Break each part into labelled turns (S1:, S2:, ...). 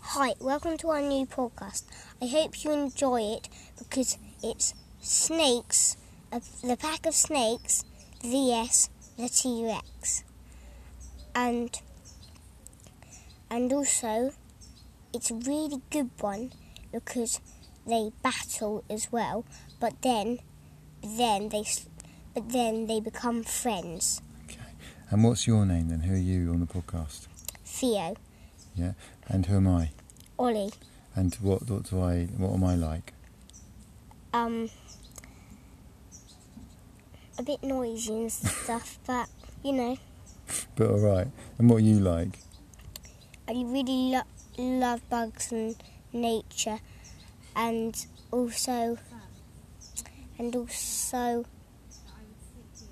S1: Hi, welcome to our new podcast. I hope you enjoy it because it's snakes, uh, the pack of snakes vs the T Rex, and and also it's a really good one because they battle as well, but then then they s- but then they become friends.
S2: And what's your name then? Who are you on the podcast?
S1: Theo,
S2: Yeah. And who am I?
S1: Ollie,
S2: And what, what do I? What am I like?
S1: um, a bit noisy and stuff, but you know.
S2: But all right. And what are you like?
S1: I really lo- love bugs and nature, and also, and also,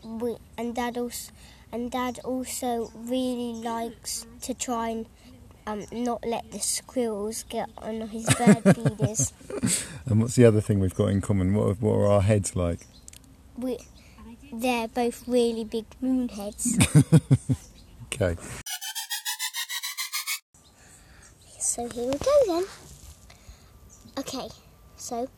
S1: we, and dad also, and dad also really likes to try and um, not let the squirrels get on his bird feeders.
S2: And what's the other thing we've got in common? What are- what are our heads like?
S1: We, they're both really big moonheads.
S2: Okay.
S1: So here we go then. Okay, so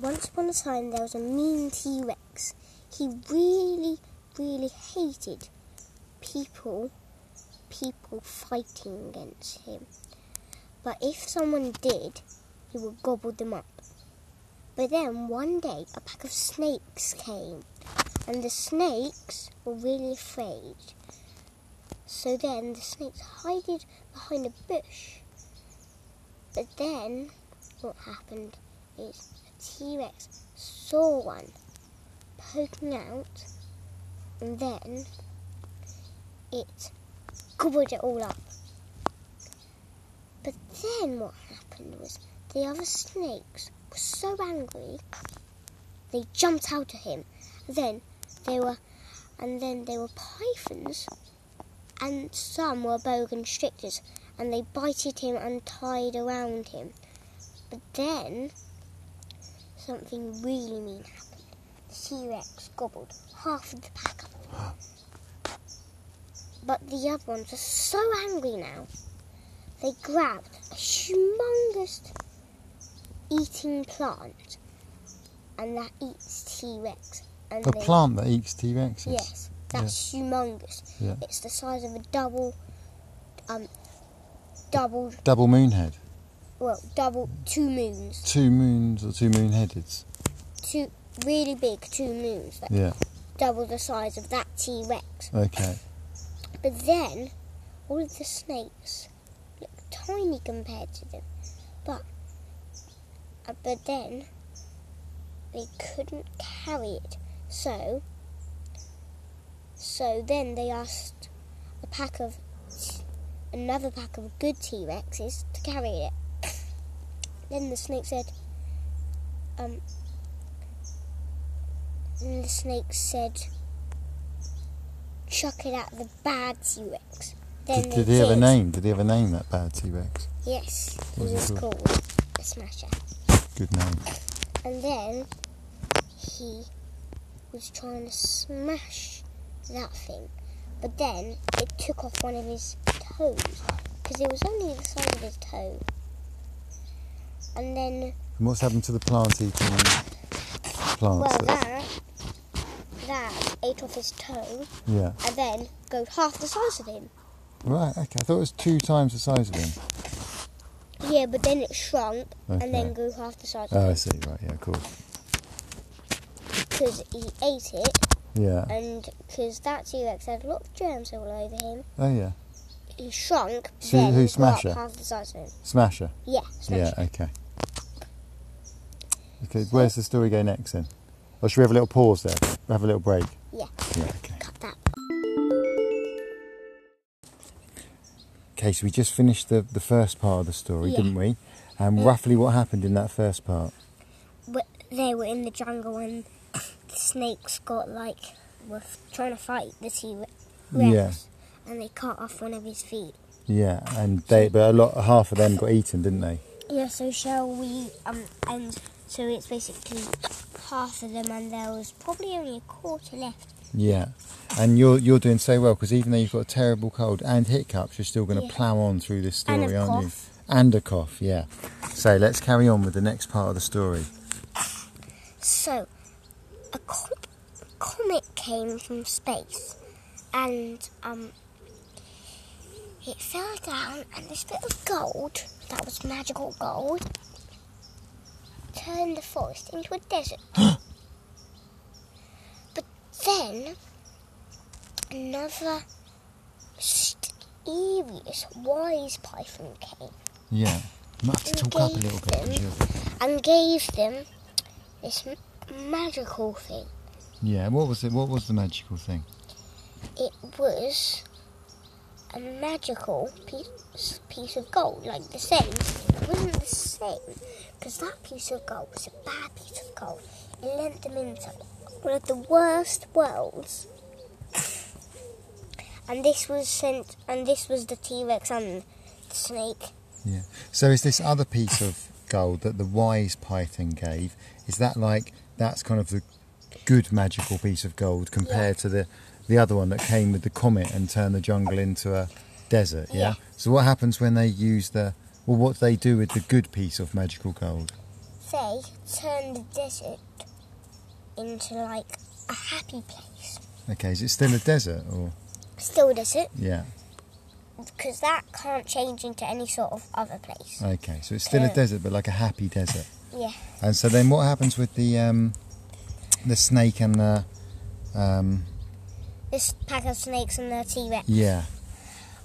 S1: once upon a time there was a mean T Rex. He really, really hated people, people fighting against him. But if someone did, he would gobble them up. But then one day a pack of snakes came, and the snakes were really afraid. So then the snakes hid behind a bush. But then, what happened is a T Rex saw one poking out, and then it gobbled it all up. But then, what happened was the other snakes were so angry they jumped out at him. Then they were, and then they were pythons, and some were boa constrictors and they bited him and tied around him. But then something really mean happened. The T Rex gobbled half of the pack up. But the other ones are so angry now, they grabbed a humongous eating plant, and that eats T Rex. And
S2: A
S1: they-
S2: plant that eats T Rexes.
S1: Yes, that's humongous.
S2: Yeah.
S1: It's the size of a double, um, double
S2: Double moonhead.
S1: well, double two moons,
S2: Two moons or two moon-headeds.
S1: two really big two moons, like
S2: Yeah.
S1: double the size of that T Rex.
S2: Okay.
S1: But then all of the snakes look tiny compared to them. But uh, but then they couldn't carry it, so so then they asked a pack of another pack of good T Rexes to carry it. Then the snake said, um. Then the snake said, "Chuck it at the bad T Rex." Then
S2: Did,
S1: they
S2: did he have a name? Did he have a name that bad T Rex?
S1: Yes, it
S2: What
S1: was
S2: was it
S1: called the Smasher.
S2: Good name.
S1: And then he was trying to smash that thing, but then it took off one of his toes because it was only the size of his toe. And then
S2: And what's happened to the plant eating plants?
S1: Well,
S2: that-
S1: that that ate off his toe
S2: yeah.
S1: and then go half the size of him.
S2: Right. Okay. I thought it was two times the size of him.
S1: Yeah, but then it shrunk and then
S2: Okay.
S1: grew half the size
S2: Oh, I see. Right. Yeah. Cool.
S1: because he ate it
S2: Yeah.
S1: and because that T Rex had a lot of germs all over him.
S2: Oh yeah.
S1: He shrunk.
S2: So
S1: then
S2: who
S1: grew
S2: smashed
S1: up
S2: it?
S1: half the size of him.
S2: Smasher.
S1: Yeah, smashed.
S2: Yeah. Okay. Okay. Where's the story go next then? Or should we have a little pause there? Have a little break.
S1: Yeah.
S2: Yeah. Okay.
S1: Cut that.
S2: Okay. So we just finished the the first part of the story,
S1: Yeah.
S2: didn't we? And roughly what happened in that first part?
S1: But they were in the jungle and the snakes got like were trying to fight the T Rex.
S2: Yeah.
S1: And they cut off one of his feet.
S2: Yeah. And they, but a lot, half of them got eaten, didn't they?
S1: Yeah, so shall we um and so it's basically half of them and there was probably only a quarter left.
S2: Yeah, and you're you're doing so well because even though you've got a terrible cold and hiccups, you're still going to
S1: Yeah.
S2: plough on through this
S1: And a
S2: story, aren't
S1: cough.
S2: you? And a cough, yeah. So let's carry on with the next part of the story.
S1: So, a com- comet came from space, and um, it fell down, and this bit of gold that was magical gold turned the forest into a desert. but then, another mysterious wise python came
S2: Yeah. You might have to
S1: And
S2: talk up a
S1: gave
S2: little bit.
S1: them-
S2: Jill.
S1: and gave them this m- magical thing.
S2: Yeah, what was it? What was the magical thing?
S1: It was a magical piece, piece of gold, like the same. It wasn't the same, because that piece of gold was a bad piece of gold. It lent them into one of the worst worlds. And this was sent, and this was the T Rex and the snake.
S2: Yeah. So is this other piece of gold that the wise python gave? Is that like that's kind of the good magical piece of gold compared to the the other one that came with the comet and turned the jungle into a desert? Yeah.
S1: Yeah.
S2: So what happens when they use the well? What do they do with the good piece of magical gold?
S1: They turned the desert into like a happy place.
S2: Okay, is it still a desert or
S1: Still desert,
S2: yeah?
S1: because that can't change into any sort of other place.
S2: Okay, so it's still a
S1: Yeah.
S2: desert, but like a happy desert.
S1: Uh, Yeah.
S2: And so then what happens with the um, the snake and the um,
S1: This pack of snakes and the T Rex.
S2: yeah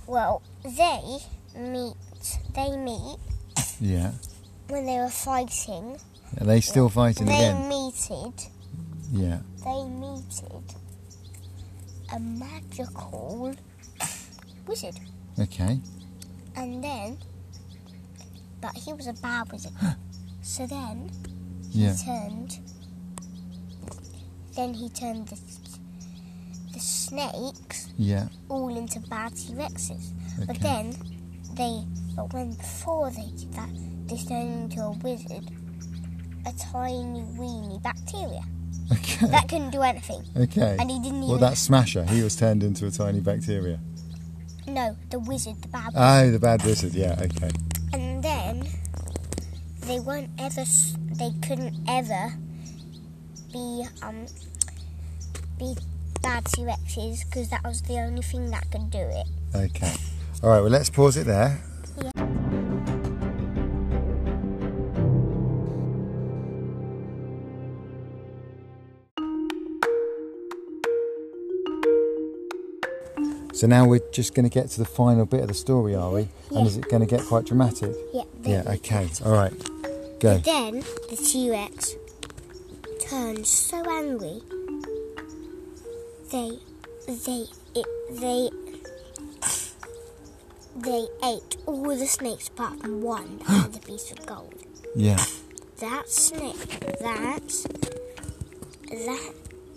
S1: Well, they meet. They meet
S2: yeah?
S1: when they were fighting.
S2: Are they still fighting
S1: they
S2: again?
S1: meted.
S2: Yeah.
S1: They meted a magical wizard,
S2: Okay.
S1: and then, but he was a bad wizard. so then
S2: Yeah.
S1: he turned. Then he turned the, the snakes
S2: Yeah.
S1: all into bad T Rexes. But
S2: Okay.
S1: then they, but when before they did that, they turned into a wizard, a tiny weeny bacteria
S2: Okay.
S1: that couldn't do anything.
S2: okay.
S1: And he didn't
S2: Well,
S1: even.
S2: that smasher, he was turned into a tiny bacteria.
S1: No, the wizard, the bad.
S2: Oh, the bad wizard. Yeah. Okay.
S1: And then they weren't ever. s- They couldn't ever be um be bad T Rexes because that was the only thing that could do it.
S2: Okay. All right. Well, let's pause it there. So now we're just going to get to the final bit of the story, are we?
S1: Yeah.
S2: And is it going to get quite dramatic?
S1: Yeah. They
S2: Yeah. Okay. All right. Go.
S1: But then the T Rex turned so angry. They, they, it, they, they ate all the snakes apart from one that had the piece of gold.
S2: Yeah.
S1: That snake, that, that,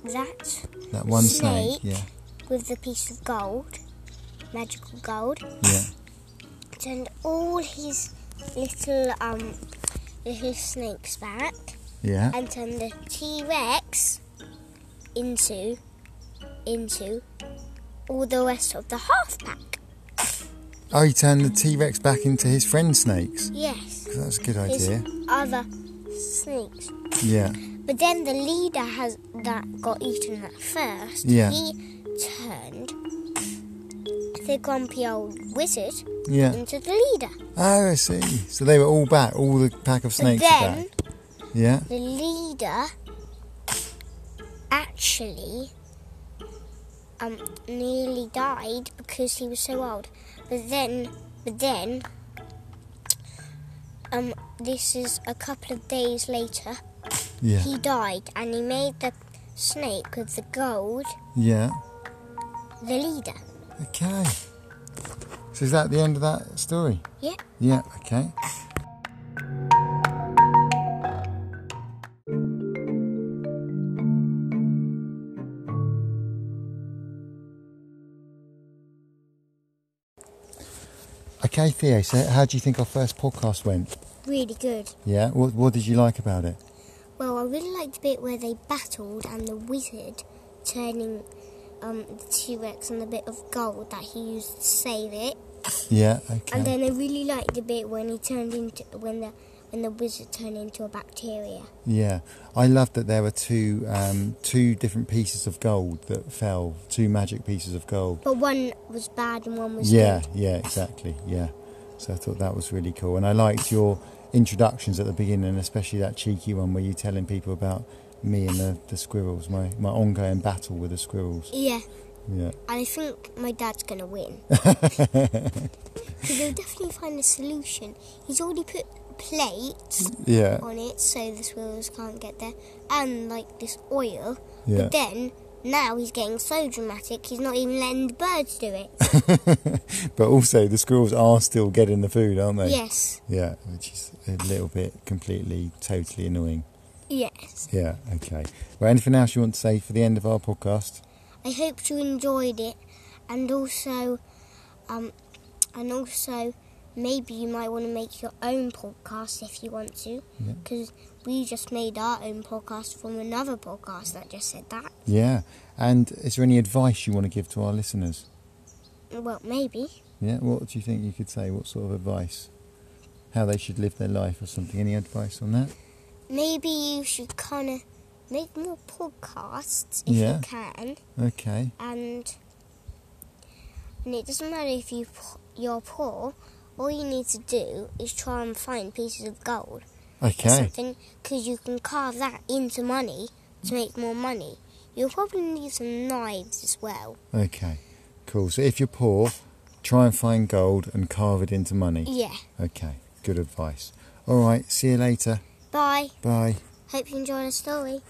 S1: that
S2: That one snake.
S1: Snake.
S2: Yeah.
S1: with the piece of gold, magical gold,
S2: Yeah.
S1: turned all his little um little snakes back.
S2: Yeah.
S1: and turn the T Rex into into all the rest of the half pack.
S2: Oh, he turned the T Rex back into his friend snakes.
S1: Yes,
S2: That's a good
S1: his
S2: idea.
S1: other snakes.
S2: Yeah,
S1: But then the leader has that got eaten at first.
S2: Yeah.
S1: He turned the grumpy old wizard
S2: yeah.
S1: into the leader.
S2: Oh, I see. So they were all back. All the pack of
S1: But
S2: snakes are
S1: then
S2: back. Yeah.
S1: the leader actually um nearly died because he was so old. But then but then um this is a couple of days later
S2: Yeah.
S1: he died and he made the snake with the gold
S2: Yeah.
S1: the leader.
S2: Okay. So is that the end of that story?
S1: Yeah.
S2: Yeah. Okay. Okay, Theo. So, how do you think our first podcast went?
S1: Really good.
S2: Yeah. What What did you like about it?
S1: Well I really liked the bit where they battled and the wizard turning um the T Rex and the bit of gold that he used to save it.
S2: Yeah, okay.
S1: And then I really liked the bit when he turned into when the when the wizard turned into a bacteria.
S2: Yeah, I love that there were two um, two different pieces of gold that fell, two magic pieces of gold.
S1: But one was bad and one was
S2: Yeah,
S1: good.
S2: yeah, exactly. Yeah, so I thought that was really cool, and I liked your introductions at the beginning, especially that cheeky one where you telling people about me and the, the squirrels, my my ongoing battle with the squirrels.
S1: Yeah.
S2: Yeah,
S1: I think my dad's gonna win. Because he'll definitely find a solution. He's already put plates
S2: yeah,
S1: on it so the swirls can't get there, and like this oil.
S2: yeah.
S1: But then now he's getting so dramatic, he's not even letting the birds do it.
S2: But also the squirrels are still getting the food, aren't they?
S1: Yes,
S2: Yeah, which is a little bit completely, totally annoying.
S1: yes.
S2: Yeah, okay. Well, anything else you want to say for the end of our podcast?
S1: I hope you enjoyed it, and also, um, and also, maybe you might want to make your own podcast if you want to,
S2: Yeah.
S1: because we just made our own podcast from another podcast that just said that.
S2: Yeah. And is there any advice you want to give to our listeners?
S1: Well, maybe.
S2: Yeah. What do you think you could say? What sort of advice? How they should live their life or something? Any advice on that?
S1: Maybe you should kind of make more podcasts if
S2: Yeah.
S1: you can,
S2: Okay.
S1: and and it doesn't matter if you p- you're poor. All you need to do is try and find pieces of gold or
S2: Okay.
S1: something, because you can carve that into money to make more money. You'll probably need some knives as well.
S2: Okay. Cool. So if you're poor, try and find gold and carve it into money.
S1: Yeah.
S2: Okay. Good advice. All right. See you later.
S1: Bye.
S2: Bye.
S1: Hope you enjoy the story.